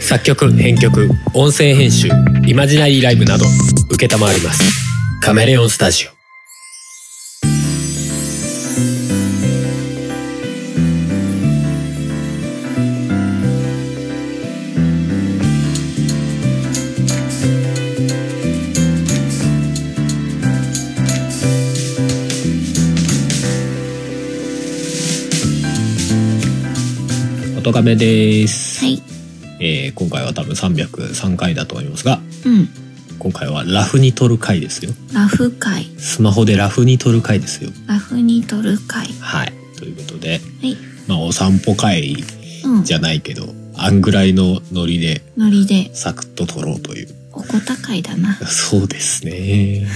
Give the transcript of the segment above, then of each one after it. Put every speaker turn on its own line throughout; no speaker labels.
作曲編曲音声編集イマジナリーライブなど承りますカメレオンスタジオ音亀です、
はい。
えー今回は多分303回だと思いますが
うん。
今回はラフに撮る回ですよ
ラフ会。
スマホでラフに撮る回ですよ
ラフに撮る会。
はいということで
はい。
まあお散歩会
うん
じ。ゃないけどあんぐらいのノリで
ノリで、
サクッと撮ろうという
おこた会だな。
そうですね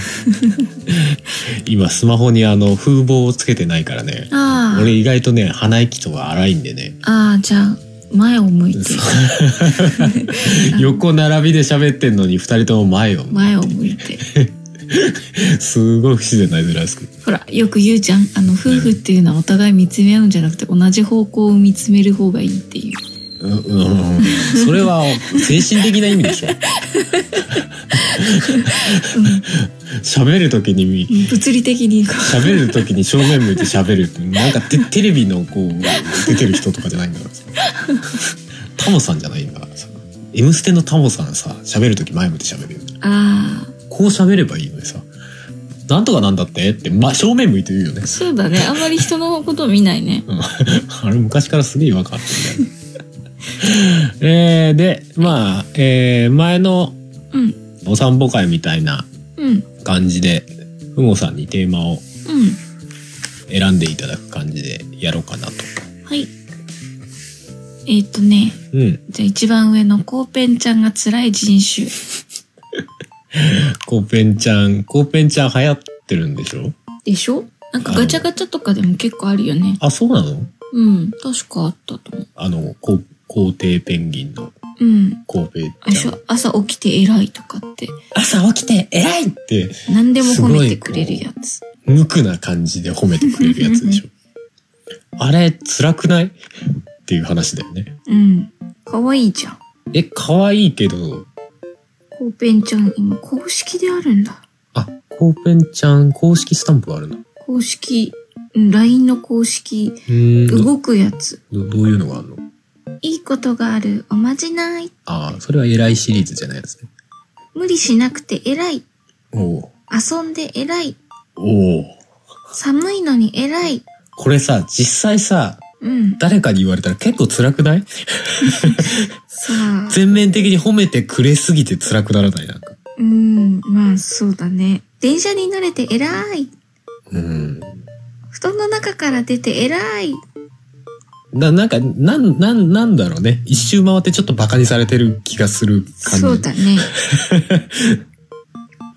今スマホにあの風防をつけてないからね
あ
俺意外とね鼻息とか荒いんでね
あ。ああ、じゃあ、前を向いて。
横並びで喋ってんのに二人とも前を
前を向いて。
すごい不自然な絵面ですけど
ほら、よく言うじゃん。あの、夫婦っていうのはお互い見つめ合うんじゃなくて、同じ方向を見つめる方がいいっていう。
うんうんうんそれは精神的な意味でしょ喋る時に
うん。物理的にこ
喋る時に正面向いて喋るってなんかテテレビのこう出てる人とかじゃないんだからさタモさんじゃないんだからさ「M ステ」のタモさんさ喋る時前向いて喋るよね
う。あ
こう喋ればいいのにさ「なんとかなんだって?」って、ま、正面向いて言うよね
あ。そうだね。あんまり人のこと見ないね。
うんあれ昔からすげえ違和感あったんだよ ね。えーでまあ、えー前の
うん。
お散歩会みたいな
うん。
感じでふもさんにテーマを
う
選んでいただく感じでやろうかなと。
ん。はい。えーっとね。
うん、
じゃあ一番上のコーペンちゃんが辛い人種。
コーペンちゃんコーペンちゃん流行ってるんでしょ
でしょなんかガチャガチャとかでも結構あるよね。
あそうなの
うん。確かあったと思う。
あのこ皇帝ペンギンの
うん。
コーペン
あれで
ち
し
ゃん
ょ朝起きて偉いとかって。
朝起きて偉いって
何でも褒めてくれるやつ。
無垢な感じで褒めてくれるやつでしょあれ辛くないっていう話だよね。
うん。かわいいじゃん。
え、可愛いけど、
コーペンちゃん今公式であるんだ。
あ、コーペンちゃん公式スタンプがあるの。
公式、うん LINE の公式、
うんど
動くやつ。
どどういうのがあるの
いいことがある、おまじない。
ああ、それは偉いシリーズじゃないですね。
無理しなくて偉い。
おお
遊んで偉い。
おう
寒いのに偉い。
これさ、実際さ、
うん。
誰かに言われたら結構辛くない
さあ。
全面的に褒めてくれすぎて辛くならないなんか。
うん、まあそうだね。電車に乗れて偉い。
うん。
布団の中から出て偉い。
な、なんか、なん、なん、なんだろうね。一周回ってちょっとバカにされてる気がする感じ。
そうだね。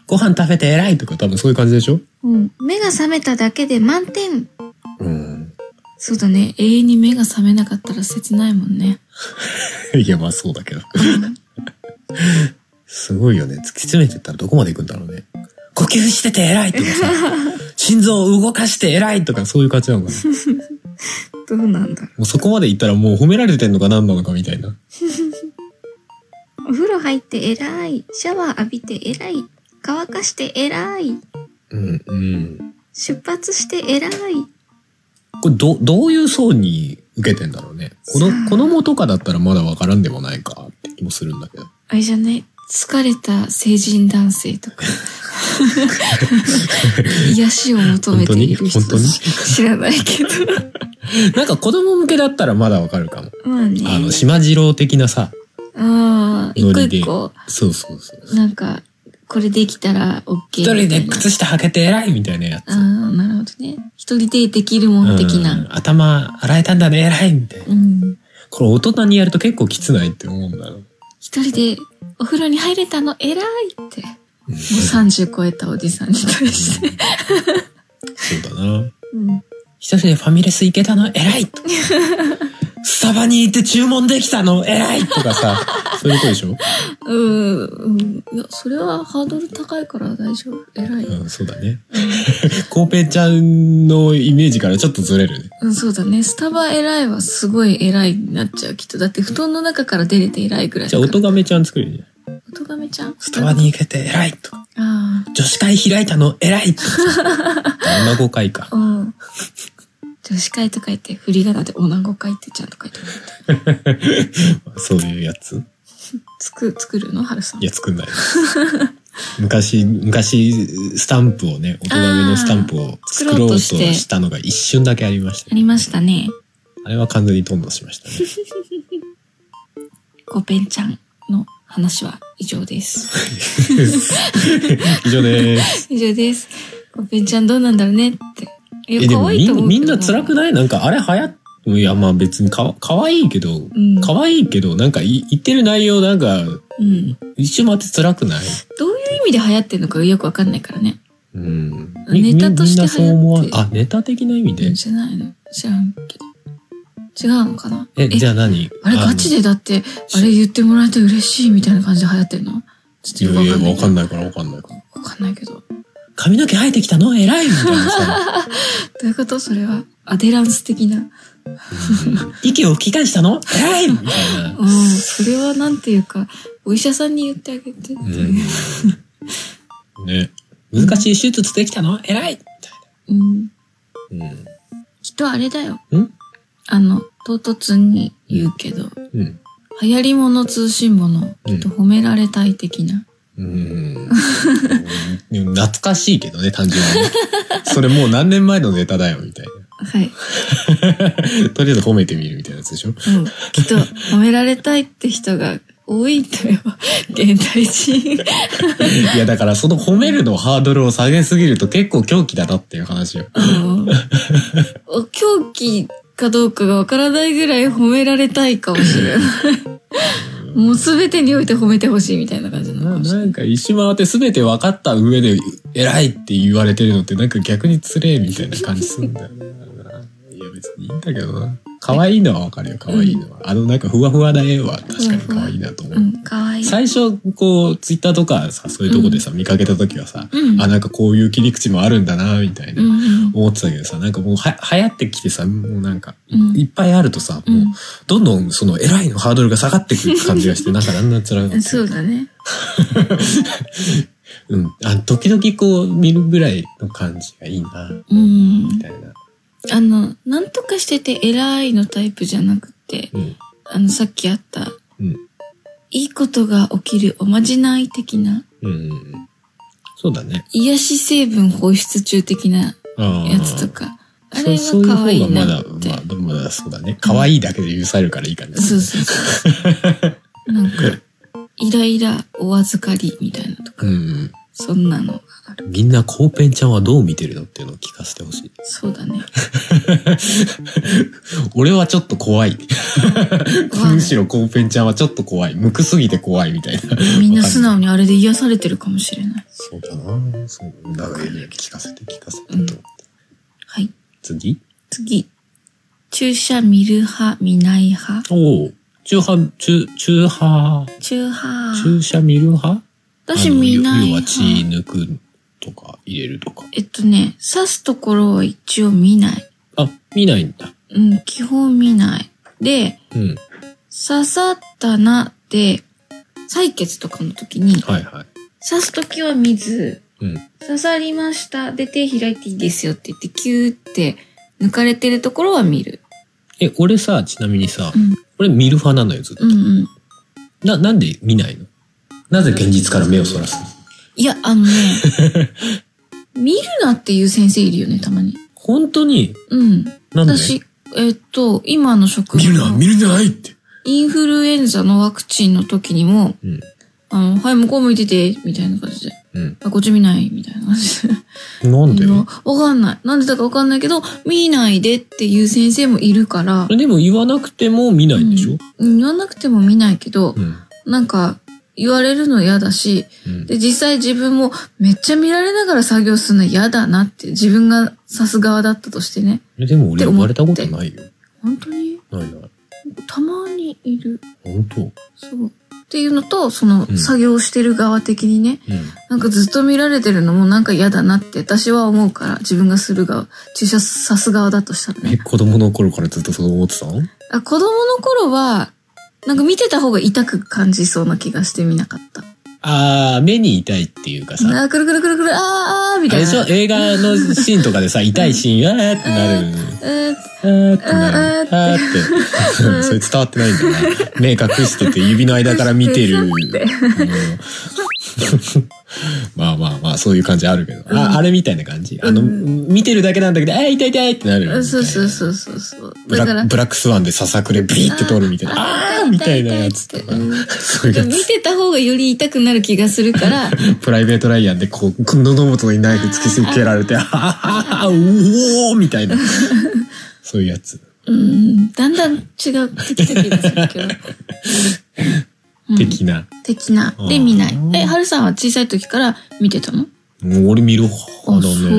ご飯食べて偉いとか多分そういう感じでしょ
うん。目が覚めただけで満点。
うん。
そうだね。永遠に目が覚めなかったら切ないもんね。
いや、まあそうだけど。
うん
すごいよね。突き詰めてったらどこまで行くんだろうね。呼吸してて偉いとかさ、 心臓を動かして偉いとかそういう感じなのかな。も
どうなんだろ
うそこまで行ったらもう褒められてんのか何なのかみたいな。
う。お風呂入って偉い。シャワー浴びて偉い。乾かして偉い。
うん、うん。
出発して偉い。
これど、どういう層に受けてんだろうね。こ
さ
の、
あ
子供とかだったらまだわからんでもないかって気もするんだけど。
あれじゃね。疲れた成人男性 とか。癒しを求めている人
本当に
知らないけど。
なんか子供向けだったらまだわかるかも。
まあね。
あの、島次郎的なさ、
ああ、一個一個、
そうそうそう。
なんか、これできたら OK
一
みたいな。
人で靴下履けて偉いみたいなやつ。
ああ、なるほどね。一人でできるもん的
うん
な。。
頭洗えたんだね、偉いみたいな。
うん。
これ大人にやると結構きつないって思うんだろう。
一人でお風呂に入れたの偉いって。もう30超えたおじさんに対して。
そうだな。
うん。
一人でファミレス行けたの偉いとかスタバに行って注文できたの偉いとかさ、そういうことでしょ、
うんうんいやそれはハードル高いから大丈夫偉い、
うん、そうだね。コウペイちゃんのイメージからちょっとずれるね。
うん、そうだねスタバ偉いはすごい偉いになっちゃうきっとだって布団の中から出れて偉いぐらい
じゃあ、音がめちゃん作るね。
音がめちゃん
スタバに行けて偉いとか。
あ
女子会開いたの偉いとかさ。女子会か
あ。うん女子会と書いて振り仮名で女子会ってちゃんと書いてある
そういうやつ
つく作るの春さん
いや、作んない。昔、昔、スタンプをね、大人めのスタンプを作ろうとしたのが一瞬だけありました
あ
ね、
りましたね
あれは完全にトントしましたね。
コペンちゃんの話は以上です
以上です。
以上ですコペンちゃんどうなんだろうねってい
え、
や
で
可
も
愛い
み
と思
ん
う
みんな辛く
い
ないなんかあれ流行っいや、まあ別にか、可愛いけど、
うん
可愛いけど、なんかい言ってる内容なんか、
うん
一瞬待って辛くない
どういう意味で流行ってるのかよくわかんないからね。
うん。
ネタとして
みんなそう思わ
流行ってる
あ、ネタ的な意味で
じゃないの知らんけど。違うのかな
え、じゃあ何
あれガチでだって、あれ言ってもらえたら嬉しいみたいな感じで流行ってるの
い
ち
や
ょっと
い
よ
や、
く
わ
わ
か
かん
ん
ない。
ないからわかんないから。
わかんないけど。ど
髪の毛生えてきたの偉いみたいなさ。
ういうことそれは。アデランス的な。
息を吹き返したの偉いみたいな
う。ん。それはなんていうか、お医者さんに言ってあげて。
うん。ね。難しい手術できたの偉い
うん。
みたいな。
きっとあれだよ。
うん。
あの、唐突に言うけど、
うん。うん。
流行り物通信物、
う
き
ん
っと褒められたい的な。
うん。でも懐かしいけどね、単純にね。それもう何年前のネタだよ、みたい
はい。
な。とりあえず褒めてみるみたいなやつでしょ
うん、きっと褒められたいって人が多いんだよ現代人
いや、だからその褒めるのハードルを下げすぎると結構狂気だなっていう話よ。
あのお狂気かどうかがわからないぐらい褒められたいかもしれないもう全てにおいて褒めてほしいみたいな感じなの
な
かもし
な
れない
んか一周回って全て分かった上で偉いって言われてるのってなんか逆につれえみたいな感じするんだよな。いや別にいいんだけどな。可愛いのは分かるよ、可愛いのは。あのなんかふわふわな絵は確かに可愛いなと思う。
うんかわいい
最初こうツイッターとかさそういうとこでさ、見かけた時はさ、
うん
あなんかこういう切り口もあるんだなみたいな、
うんうん
思ってたけどさなんかもうは流行ってきてさもうなんかい,、
うん
っぱいあるとさ、
うん
もうどんどんその偉いのハードルが下がってくる感じがして なんかだんだん辛くなって
そうだね
うん。あ、時々こう見るぐらいの感じがいいな、
うん
みたいな。
あのなんとかしてて偉いのタイプじゃなくて
うん。
あのさっきあった
うん。
いいことが起きるおまじない的な
うん。そうだね。
癒し成分放出中的な
あー
やつとか。あ
そう
れ
そう
は
いう方が
可愛
ま
いな
だ
っ、て。
まだ、まだそうだね。可愛いだけで許されるからいいかな。
そうそうそう。なんか、イライラお預かりみたいなとか、
うん。
そんなのがある。
みんなコーペンちゃんはどう見てるのっていうのを聞かせてほしい。
そうだね。
俺はちょっと怖い。
わ
むしろコーペンちゃんはちょっと怖い。無くすぎて怖いみたいな。
みんな素直にあれで癒されてるかもしれない。
そうだなそうだから聞かせて聞かせてと思って。
はい。
次
次。注射見る派、見ない派。
おお。中波、中、中波。
中派。
注射見る派
私見ない
要は血
派。
抜くとか入れるとか。
えっとね、刺すところは一応見ない。
あ、見ないんだ。
うん、基本見ない。で、
うん。
刺さったなって、採血とかの時に、
はいはい。
刺す時は見ず、
うん。
刺さりました。で、手開いていいですよって言って、キューって抜かれてるところは見る。
え、俺さ、ちなみにさ
う、ん、
俺見る派なのよ、ずっと。
うん、うん。
な、なんで見ないのなぜ現実から目をそらすの
いや、あのね、 見るなっていう先生いるよね、たまに。
本当に、
うん。
なんで
私、えっと、今の職
見
場
るな、
の
見るなないって。
インフルエンザのワクチンの時にも、
うん。
あの、はい、向こう向いてて、みたいな感じで。
うん。
あ、こっち見ない、みたいな感じで。
なんで
あのわかんない。なんでだかわかんないけど、見ないでっていう先生もいるから、
でも言わなくても見ないんでしょ
うん言わなくても見ないけど、
うん。
なんか、言われるの嫌だし、
うん
で、実際自分もめっちゃ見られながら作業するの嫌だなって、自分が指す側だったとしてね。
えでも俺言われたことないよ。
本当に
ないない。
たまにいる。
本当
そう。っていうのと、その
うん
作業してる側的にね、
う
なんかずっと見られてるのもなんか嫌だなって私は思うから、自分がする側、注射さす側だとしたら
ん。え、
ね。
子供の頃からずっとそう思ってたの
あ子供の頃は、なんか見てた方が痛く感じそうな気がして見なかった。
あー、目に痛いっていうかさ。
あー、くるくるくるくる、あーあー、み
あ
た
れ
い
でしょ
な。
映画のシーンとかでさ、痛いシーン、あーってなるよね。
えー
あーってなる。あー って。それ伝わってないんだな。目隠してて指の間から見 てる。うんまあまあまあ、そういう感じあるけど。ああれみたいな感じ。あの、
うん
見てるだけなんだけど、あー痛い痛いってなるよね。。
そうそうそううそうそう。
ブラックブラックスワンでささくれビーって通るみたいな。あーみたいなやつとか。
うん
そういうや
見
つ。
てた方がより痛くなる気がす るから、
プライベートライアンでこう、喉元にナイフ突きつけられて、あーあー、うおーみ たいな。そういうやつ。
うん、だんだん違ってきた気がするけど。うん
的な。
的な。で、見ない。え、はるさんは小さい時から見てたの
もう俺見る
あ、
派だ
そ
ね。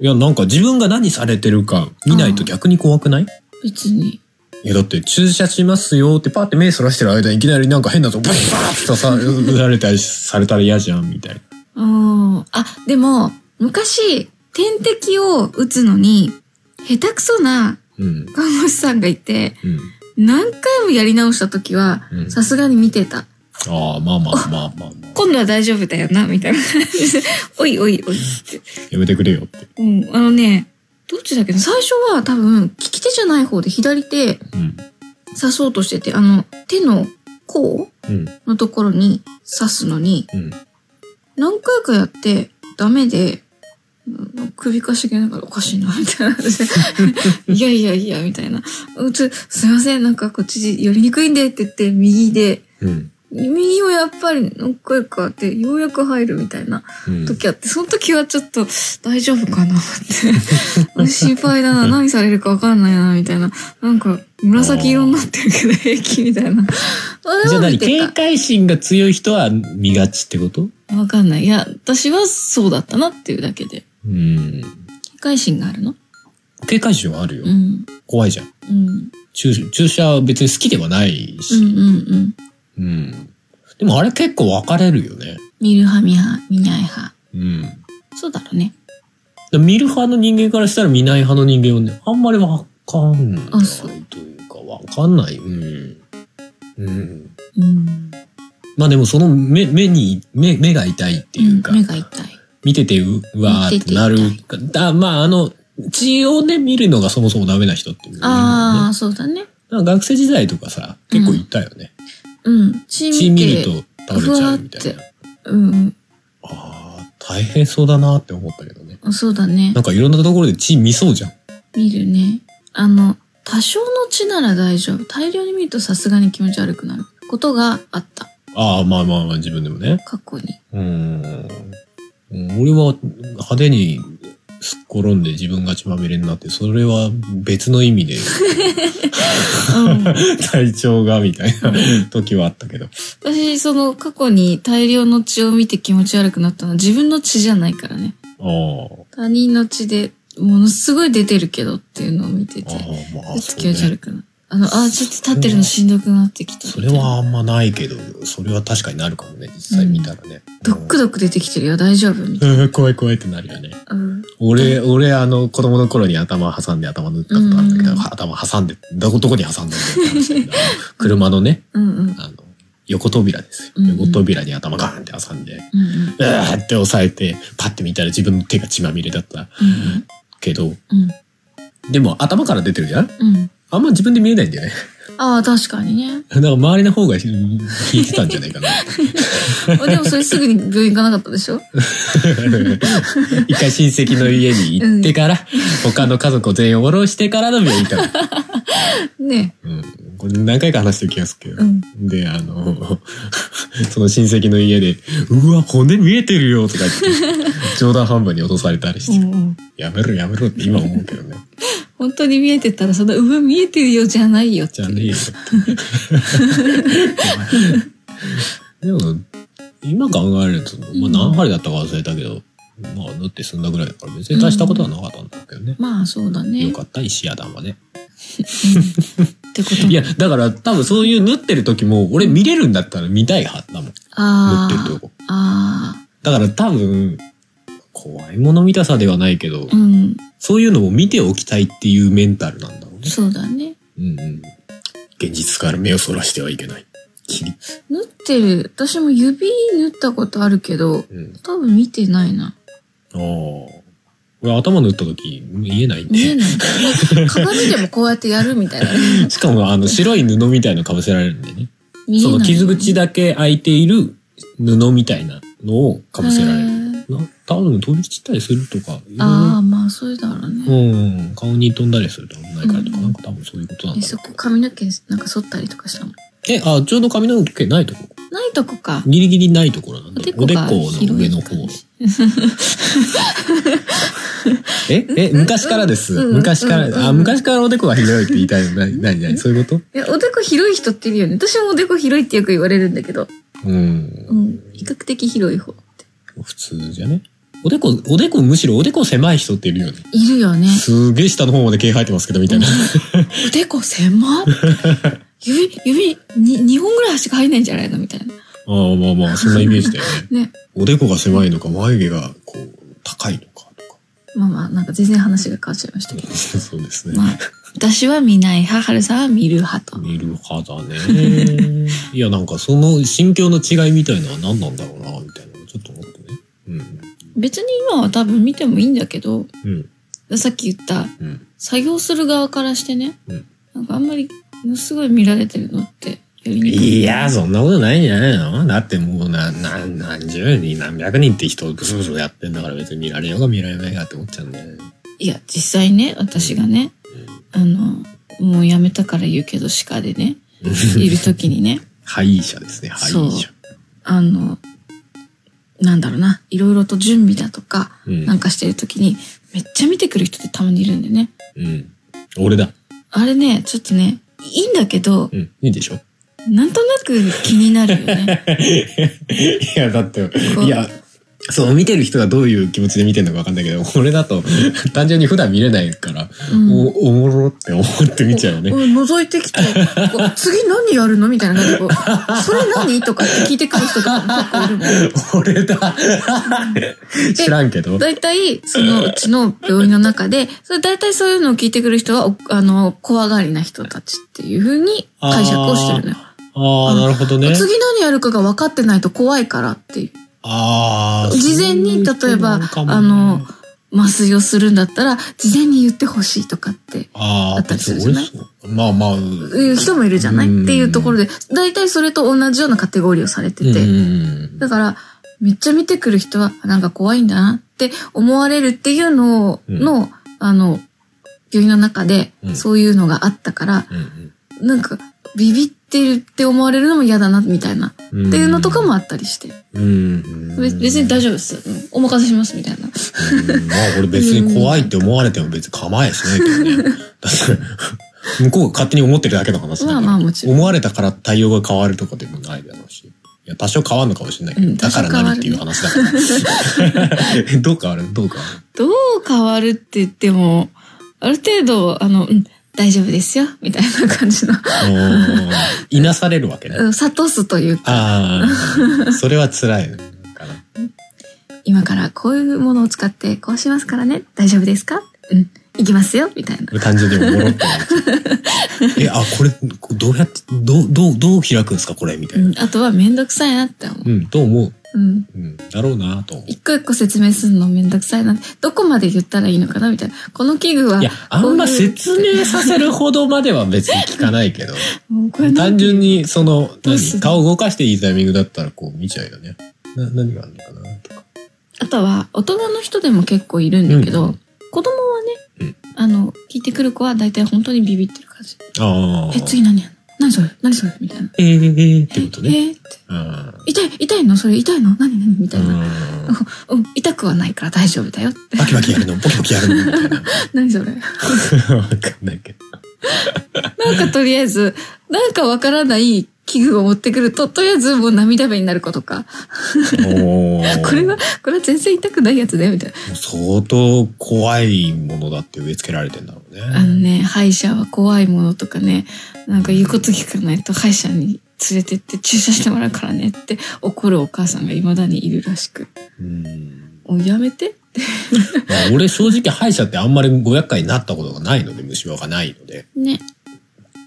う。
いや、なんか自分が何されてるか見ないと逆に怖くない
別に。
いや、だって注射しますよってパーって目そらしてる間にいきなりなんか変なとこブワーって刺さ打られたりされたら嫌じゃんみたいな。
ああ、でも、昔、点滴を打つのに、下手くそな
うん。
看護師さんがいて、
うん。
何回もやり直した時は
う、ん
さすがに見てた。
ああ、まあまあまあまあまあ。
今度は大丈夫だよな、みたいな 感じで。おいおいおいって。
やめてくれよって。
うん、あのね、どっちだっけな最初は多分、利き手じゃない方で左手
うん。
刺そうとしてて、あの、手の甲
うん。
のところに刺すのに、
うん。
何回かやってダメで、うん首かしげながらおかしいな、みたいな話で。いやいやいや、みたいな。うんちょすいません、なんかこっち寄りにくいんでって言って、右で、
うん。
右をやっぱり何回かやって、ようやく入るみたいな。
うん。
時あって、その時はちょっと大丈夫か なって。心配だな。何されるかわかんないな、みたいな。なんか、紫色になってるけど平気みた いな。あ
じゃ
れ
あ
は
何
見て
警戒心が強い人は見がちってこと
た。わかんない。いや、私はそうだったなっていうだけで。
うん。
警戒心があるの
警戒心はあるよ
う。ん。
怖いじゃん。
うん。
注注射は別に好きではない
うんう
し。
んうん。
うん。でもあれ結構分かれるよね。
見る派、見派、見ない派。
うん。だか
そうだろうね。
ら見る派の人間からしたら見ない派の人間はね、あんまり分かんない
あそう
というか、分かんない。うん。うん。
うん。
まあでもその目、目に、目、目が痛いっていうか、
目が痛い。
見ててう、うわーってなる
見て。
だまああの、血をね、見るのがそもそもダメな人っていうのもいる
あ
もんね
あ、そうだね。
なんか学生時代とかさ、結構いたよね。
うん。チ
血
ーム
見
て
ると倒れちゃうみたい
ふ
な。
うん
ああ、大変そうだなって思ったけどね。
うん。そうだね
な。んかいろんなところで血見そうじゃん。
見るね。あの、多少の血なら大丈夫。大量に見るとさすがに気持ち悪くなることがあった。
ああ、まあまあまあ自分でもね。
過去に。
うーん。うん俺は派手にすっ転んで自分が血まみれになって、それは別の意味で 体調がみたいな時はあったけど。
私、その過去に大量の血を見て気持ち悪くなったのは自分の血じゃないからね。
ああ、
他人の血でものすごい出てるけどっていうのを見てて、
ああ
ちょ
まあ
っ
そ
と
う、
気持ち
ね。
悪くなる。あの、あー、ちょっと立ってるのしんどくなってきた
それはあんまないけど、それは確かになるかもね、実際見たらね。
ドックドック出てきてるよ、大丈夫みたい
うん怖い怖いってなるよね。
な。うん。
俺、俺、あの、子供の頃に頭挟んで頭打ったことあるんだけど、
うん
頭挟んで、どこ、どこに挟んだんだよって話なんだけど車のね、
うんうん。
あの、横扉です
うん
よ。
うん
横扉に頭ガーンって挟んで、
うんうん。
うわーって押さえて、パッて見たら自分の手が血まみれだった
うん
けど、
うん。
でも頭から出てるじゃん
うん。うん。
あんま自分で見えないんだよね。
ああ、確かにね。
だから周りの方がひ引いてたんじゃないか な。
あでもそれすぐに病院行かなかったでしょ
一回親戚の家に行ってから、他の家族を全員下ろしてからの病院から。
ね
うん、これ何回か話してる気がするけど、
うん
であの その親戚の家で「うわ骨見えてるよ」とか言って 冗談半分に落とされたりして、やめろやめろって今思うけどね
本当に見えてたら、その、うわ、見えてるよじゃないよって
じゃ
い
あ
う。
ねえよって お前でも今考えると、まあ、何針だったか忘れたけど、まあ縫って済んだぐらいだから別に大したことはなかったんだけどね、
まあ、そうだね
よ。かった石屋団はね
ってこと
いや、だから多分そういう縫ってる時も、俺見れるんだったら見たいはずだもん。
あ
縫ってる
あ
とこ。
あ
だから多分、怖いもの見たさではないけど、
あうん
そういうのも見ておきたいっていうメンタルなんだろうね。
そうだね
うんうん。現実から目をそらしてはいけない。きり。
縫ってる私も指縫ったことあるけど
うん。
多分見てないな
ああ。俺頭縫った時見えないん
見え
で。
ない 鏡でもこうやってやるみたいなね
しかもあの白い布みたいのかぶせられるんでね。
見えな
そ
い
の傷口だけ開いている布みたいなのをかぶせられる。
へー
な多分飛び散ったりするとか、い
ああ
ろ
まあそうだろうね、
いろうん、顔に飛んだりすると危ないからとか、なんか多分そういうことなん
え
だろ
そこ髪の毛なんか剃ったりとかしたの
う。え、あ、ちょうど髪の毛ないとこ。
ないとこか
ギリギリないところなんで。お
お
で
で
この
こが
上の方
広い感。
ええ昔からです。
うん
昔か
うんうん
ら、あ、昔からおでこが広いって言いたいの。なになになにそういうこと
いやおでこ広い人っているよね私もおでこ広いってよく言われるんだけど
うん
う。ん比較的広い方って
普通じゃねおでこ、おでこ、むしろおでこ狭い人っているよね。
いるよね
すげえ下の方まで毛生えてますけど、みたいな。
おでこ狭っ指指に2本ぐらい足が入んないんじゃないのみたいな
ああ、まあまあ、そんなイメージだよね。
ね
おでこが狭いのか、眉毛がこう、高いのか、とか。
まあまあなんか全然話が変わっちゃいましたけど
そうですね
ま。あ私は見ない派春さんは見る派と
見る派だね。いや、なんかその心境の違いみたいのは何なんだろうな、みたいなのちょっと思ってね。
別に今は多分見てもいいんだけど
うん。うん。
さっき言った
うん。
作業する側からしてね、
うん
なんかあんまりものすごい見られてるのってやりにくい
いや、そんなことないんじゃないのだってもうな、な、何十人、何百人って人をブスブスやってんだから別に見られようが見られないがって思っちゃうんだよね。
いや実際ね私がねあのもうやめたから言うけど鹿 でね
うん
いる時にね
敗者ですね、敗者。
あのなんだろうないろいろと準備だとか
うん
なんかしてる時にめっちゃ見てくる人ってたまにいるんでね
うん。俺だ。
あれねちょっとねいいんだけど
うん。いいでしょ
なんとなく気になるよね
いや、だって、
こう
いや、そう、見てる人がどういう気持ちで見てるのかわかんないけど、俺だと、単純に普段見れないから、
うん
お、おもろって思って見ちゃうよ ね。
ん、覗いてきて、こう次何やるのみたいな感じでこう、それ何とかって聞いてくる人が結構いるも
俺
ん。
だ。知らんけど。
大体、そのうちの病院の中で、それ大体そういうのを聞いてくる人は、おあの、怖がりな人たちっていうふうに解釈をしてるのよ。
ああ、なるほどね。
次何やるかが分かってないと怖いからっていう。
ああ。
事前
そうい
に
うこと
例えば
なのかもね
あの、麻酔をするんだったら、事前に言ってほしいとかって。
あ
だ
あ、
ったりする
別に俺そうまあまあ。
いう人もいるじゃないっていうところ
で
で、大体それと同じようなカテゴリーをされてて、
うん
だから、めっちゃ見てくる人は、なんか怖いんだなって思われるっていうのを、
うん
の、あの、病院の中で
う、ん
そういうのがあったから、
うん
なんか、ビビってるって思われるのも嫌だな、みたいな。
うん
っていうのとかもあったりして。
うん。
べ別に大
丈
丈夫です。うんお任せします、みたいな。
夫。まあ俺別に怖いって思われても別に構えしない けどね。だって向こうが勝手に思ってるだけの話だ
ま
か
あ
ら。
まあもちろん。
思われたから対応が変わるとかでもないだろうし。いや、多少変わるのかもしれないけど、
うん
だから
多少変わ
何
る
っ
ね
ていう話だ から。どう変わるどう変わる
どう変わるって言っても、ある程度、あの、うん、大丈夫ですよ、みたいな感じの、
おーいなされるわけね。
うん諭すというか、
ああ、それは辛いかな。
今からこういうものを使ってこうしますからね大丈夫ですかうん行きますよみたいな
単純におもろって なっちゃうえ、あ、これ、どうやって、どう、どう、どう開くんですかこれみたいうな。
んあとはめんどくさいなって思う
うん、と思う。
うん
うん、だろうなと思う。
一個一個説明するのめんどくさいなどこまで言ったらいいのかなみたいなこの器具はい
や、あんま説明させるほどまでは別に聞かないけど、
もう これな
単純に、その、
どう
何
する
顔動かしていいタイミングだったらこう見ちゃうよね。な、何があるのかなとか。
あとは大人の人でも結構いるんだけど、
うん
子供はね、
うん
あの聞いてくる子は大体本当にビビってる感じ
ああ。
え次何やんの何それ何それみたいな
えー、ってことね。
えーって
うん。
痛い痛いのそれ痛いの何何みたいな、
うん
うん、痛くはないから大丈夫だよって
バキバキやるの、ボキボキやるの、みたいな。
何そ
わ
れ
かんないけど。
なんかとりあえず、なんかわからない器具を持ってくると、とりあえずもう涙目になる子とか、
おー
これは、これは全然痛くないやつだよ、みたいな。
相当怖いものだって植え付けられてんだろうね。
あのね、歯医者は怖いものとかね、なんか言うこと聞かないと歯医者に連れてって注射してもらうからねって怒るお母さんが未だにいるらしく。
うん。
もうやめて。
まあ、俺正直歯医者ってあんまりご厄介になったことがないので、虫歯がないので。
ね。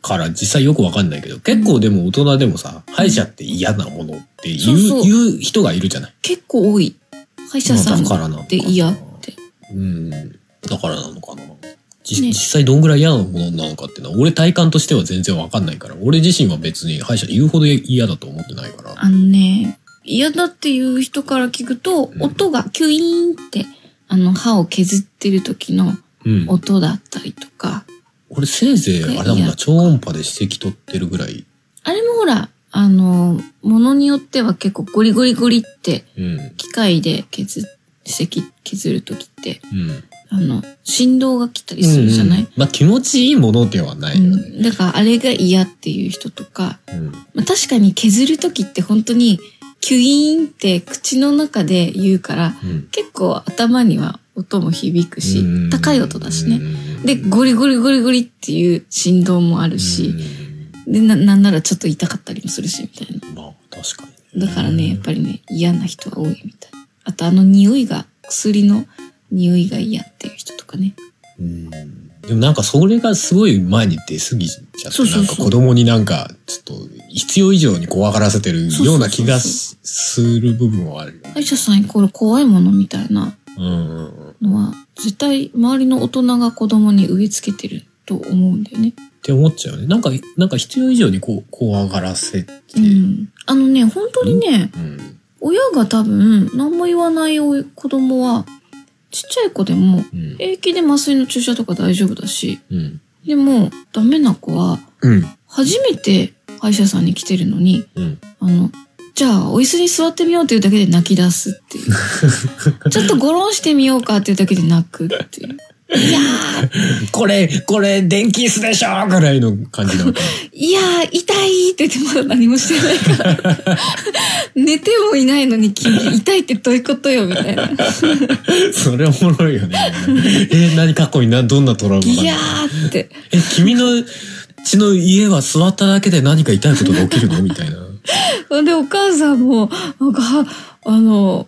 から実際よくわかんないけど、結構でも大人でもさ、歯医者って嫌なものって言う、
そうそう
言う人がいるじゃない。
結構多い。歯医者さ
ま
ん
あだからなの
っ
か
て
な
嫌って。
うん。だからなのかな。じ
ね
実際どんぐらい嫌なものなのかっていうのは、俺体感としては全然わかんないから、俺自身は別に歯医者言うほど嫌だと思ってないから。
あのね、嫌だっていう人から聞くと、
うん
音がキュイーンって、あの、歯を削ってる時の
うん。
音だったりとか、
俺せいぜい、あれだもん
い
な、
や
超音波で指摘取ってるぐらい。
あれもほら、あの、ものによっては結構ゴリゴリゴリって、
うん。
機械で削、石削る時って、
うん。
あの、振動が来たりするじゃない、
うんうんまあ気持ちいいものではないよね。
うんだからあれが嫌っていう人とか、
うん。
まあ、確かに削る時って本当にキュイーンって口の中で言うから
うん。
結構頭には音も響くし、
うん
高い音だしね。。で、
うん
ゴリゴリゴリゴリっていう振動もあるし、でな、なんならちょっと痛かったりもするし、みたい
まあ確かに。
な。だからね、やっぱりね、嫌な人は多いみたい。あとあの匂いが、薬の匂いが嫌っていう人とかね。
うんでもなんかそれがすごい前に出過ぎちゃって
そうそうそう
なんか子供になんかちょっと必要以上に怖がらせてるような気がしする部分はあるよね。
歯医者さんイコール怖いものみたいな
うんうんうん。っ
のは、絶対周りの大人が子供に植え付けてると思うんだよね。
て思っちゃうよね。なんか、なんか必要以上にこう怖がらせて。
う。ん、あのね本当にね、
うん。
親が多分何も言わないお子供はちっちゃい子でも
うん。
平気で麻酔の注射とか大丈夫だし
うん。
でもダメな子は
うん。
初めて歯医者さんに来てるのに
うん。
あのじゃあお椅子に座ってみようっていうだけで泣き出すっていう ちょっとゴロンしてみようかっていうだけで泣くっていういや
これ、これ、電気椅子でしょぐらいの感じな のか
ーいやー痛いって言ってまだ何もしてないから 寝てもいないのに君痛いってどういうことよみたい な
な。それおもろいよね。え、何過去にな、どんなトラウマがあ
ギ
る
ヤーって。
え、君の 血の家は座っただけで何か痛いことが起きるのみたいな。
で、お母さんも、なんか、あの、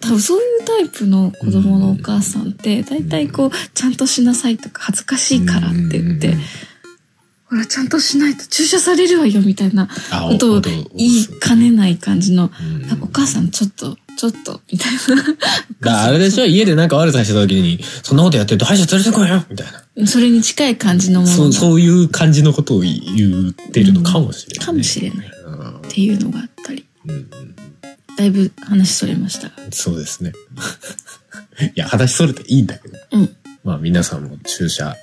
多分そういうタイプの子供のお母さんって、大体こう、ちゃんとしなさいとか、恥ずかしいからって言って、ほら、ちゃんとしないと注射されるわよ、みたいな
あ
ことを言いかねない感じの、
うん
多分お母さんちょっと、ちょっと、みたい
だ
な。
からあれでしょ家でなんか悪さしてた時に、そんなことやってると歯医者連れてこいよみたいな。
それに近い感じのもの
そう、
が
そういう感じのことを言ってるのかもしれない。
かもしれないっ
うん
ていうのがあったり。
うん
だいぶ話それましたが。
そうですね。 いや、話それていいんだけど。
うん。
まあ皆さんも注射、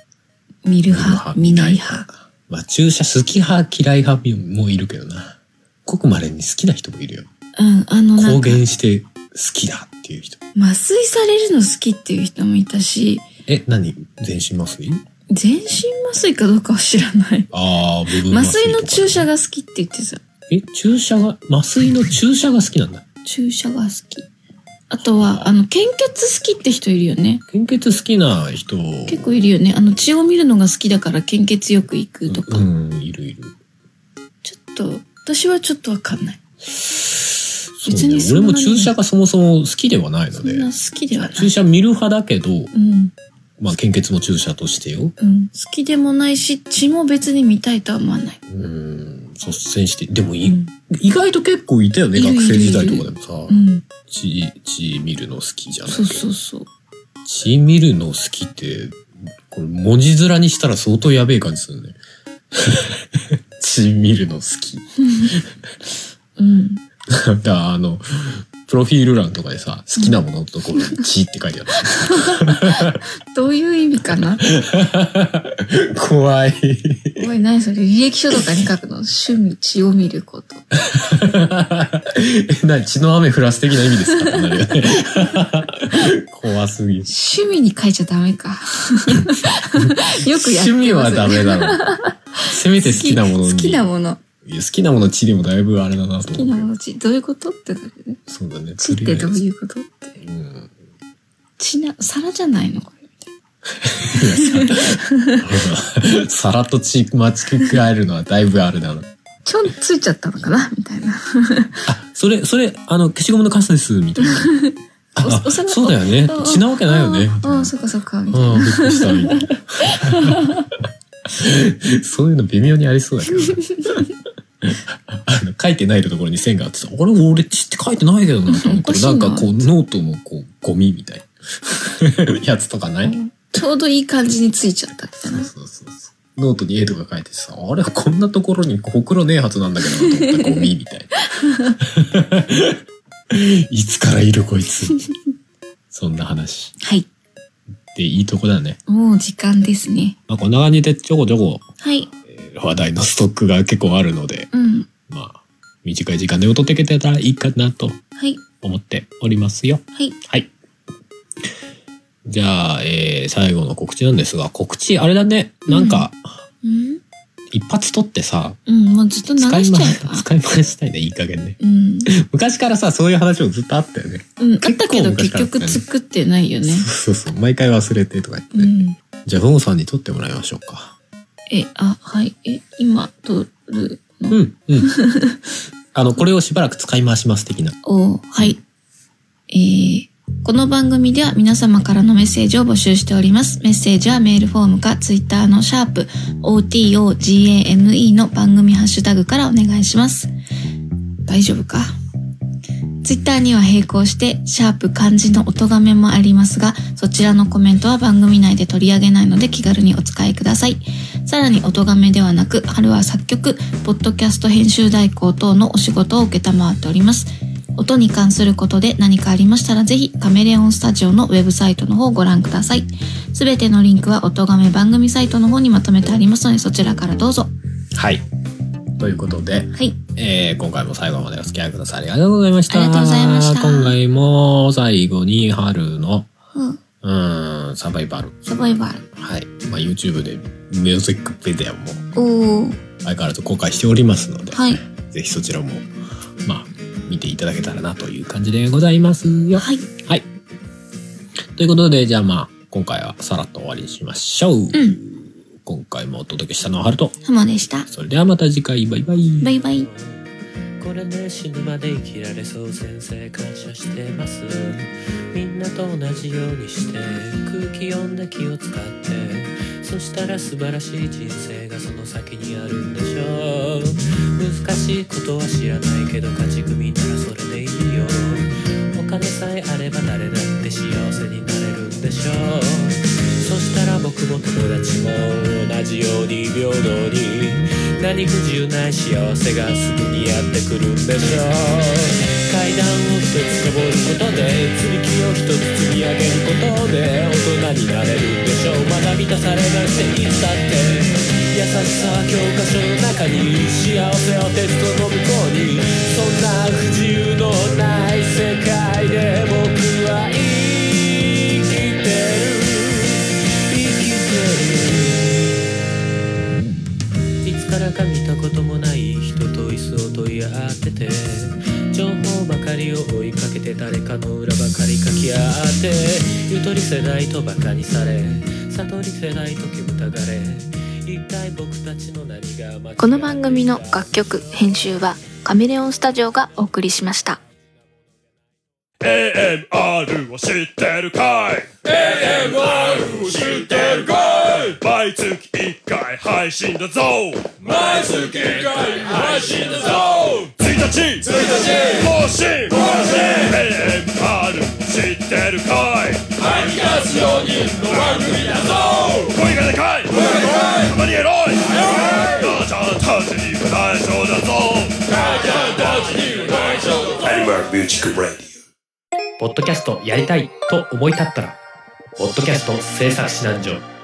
見る派、見ない派。。
まあ注射好き派、嫌い派もいるけどな。ごく稀に好きな人もいるよ。
うん、あの、な
公
んか、
言して好きだっていう人。
麻酔されるの好きっていう人もいたし、
え、何全身麻酔
全身麻酔かどうかは知らない。
ああ、部分
麻酔の注射
が。
が好きって言ってた。
え、注射が、麻酔の注射が好きなんだ。
注射が好き。あとは、あの、献血好きって人いるよね。
献血好きな人。
結構いるよね。あの、血を見るのが好きだから献血よく行くとか。
うん、いるいる。
ちょっと、私はちょっとわかんない。
そう
別
ね
に。そん
俺
なに
も注射がそもそも好きではないの
そんな
で。
好きではな
注
い。
射見る派だけど、
うん。
まあ献血も注射としてよ。
うん。好きでもないし、血も別に見たいとは思わない。
うん、率先して。でもい、
うん。
意外と結構いたよね、
いるいる
学生時代とかでもさ。
うん。
血、血見るの好きじゃない
そうそうそう。
血見るの好きって、これ文字面にしたら相当やべえ感じす るね。血見るの好き。
うん。
だからあの、プロフィール欄とかでさ、好きなもののところに血って書いてある。
どういう意味 かな
怖い。
おい、何それ履歴書とかに書くの趣味、血を見ること。
えな、血の雨降らす的な意味ですかってなるよね怖すぎる。
趣味に書いちゃダメか。 よくやって
趣
ます
味はダメだろう。せめて好きなものに。
好き好きなもの。
いや好きなもの地でもだいぶあれだなと思
好き
う。
なものち、どういうことってだけで。
そうだね。
ちってどう
とり
いうことって。
あえずうん。
ちな、皿じゃないのこれ。
いやさ さらっとち待ち加えるのはだいぶあれだな。
ちょんついちゃったのかなみたいな。
あ、それ、それ、あの、消しゴムのカスです、み たいな。あ
おお皿
そうだよね
お。お
血なわけないよね。
ああああ、そっかそっか。みたいな
うん、びっくりした、みたいな。 そういうの微妙にありそうだけどね。あの書いてないところに線があってさ、あれ俺血って書いてないけどなと思 ったら、な
おかしい
んか
な
こうノートのこうゴミみたいな やつとかない、
うんちょうどいい感じについちゃったみたい
そう
な。
そうそうそう。ノートに絵とか書いてさ、あれこんなところにほくろねえはずなんだけどなと思ったらゴミみたいな。 いつからいるこいつ。そんな話。
はい。
で、いいとこだね。
もう時間ですね。
まあ、こんな感じでちょこちょこ
はい。
えー話題のストックが結構あるので、
うん。
まあ、短い時間で取っていけたらいいかなと
はい。
思っておりますよ。
はい。
はい。じゃあ、えー最後の告知なんですが、告知、あれだね。なんか、
うん
一発取ってさ、
うん、もうずっと流
使い
し
回
ちゃえば。
使い回したいね、いい加減ね。
うん。
昔からさ、そういう話もずっとあったよね。
うん、あったけど
結構
結
昔から
局作ってないよね。
そうそうそう、毎回忘れてとか言って。
うん。
じゃあ、ゴンさんに取ってもらいましょうか。
え、あ、はい。え、今撮るの、
うん、 うん。あの、これをしばらく使い回します的な。
おはい。えーこの番組では皆様からのメッセージを募集しております。メッセージはメールフォームかツイッターのシャープ otogame の番組ハッシュタグからお願いします。大丈夫かツイッターには並行して、シャープ漢字の音がめもありますが、そちらのコメントは番組内で取り上げないので気軽にお使いください。さらに音がめではなく、春は作曲、ポッドキャスト編集代行等のお仕事を受けたまわっております。音に関することで何かありましたらぜひカメレオンスタジオのウェブサイトの方をご覧ください。すべてのリンクは音がめ番組サイトの方にまとめてありますのでそちらからどうぞ。
はい。ということで、
はい。
えー今回も最後までお付き合いくださいありがとうございました。
ありがとうございました
今回も最後に春の、
うん。
うーん、サバイバル。
サバイバル。
はい。まあ、YouTube でミュージックビデオも
おー。
相変わらず公開しておりますので、
はい。
ぜひそちらも、まあ、見ていただけたらなという感じでございますよ。
はい。
はい。ということで、じゃあまあ、今回はさらっと終わりにしましょう。
ん
今回もお届けしたのは春と、
ハモでした。
それではまた次回、バイバイ。
バイバイ。
これね死ぬまで生きられそう先生感謝してますみんなと同じようにして空気読んで気を使ってそしたら素晴らしい人生がその先にあるんでしょう難しいことは知らないけど勝ち組ならそれでいいよお金さえあれば誰だって幸せになれるんでしょうそしたら僕も友達も同じように平等に何不自由ない幸せがすぐにやってくるんでしょう階段を一つ登ることで積み木を一つ積み上げることで大人になれるんでしょうまだ満たされなくていつだって優しさは教科書の中に幸せはテストの向こうにそんな不自由のない世界で僕は生きてる生きてるいつからか見たこともない人と椅子を問い合ってて情報ばかりを追いかけて誰かの裏ばかり書き合ってゆとり世代とバカにされ悟り世代と煙たがれ一体僕たちの何が間違い
この番組の楽曲編集はカメレオンスタジオがお送りしました
AMR を知ってるかい AMR を知ってるかい毎月1回配信だぞ毎月1回配信だぞ1日1日更新更新 AMR 知ってるかい毎月4人の番組だぞ声がでかい声がでかいたまにエロいガチャたちに無断症だぞガチャたちに無断症だぞ AMR Music Radio
ポッドキャストやりたいと思い立ったら、ポッドキャスト制作指南所。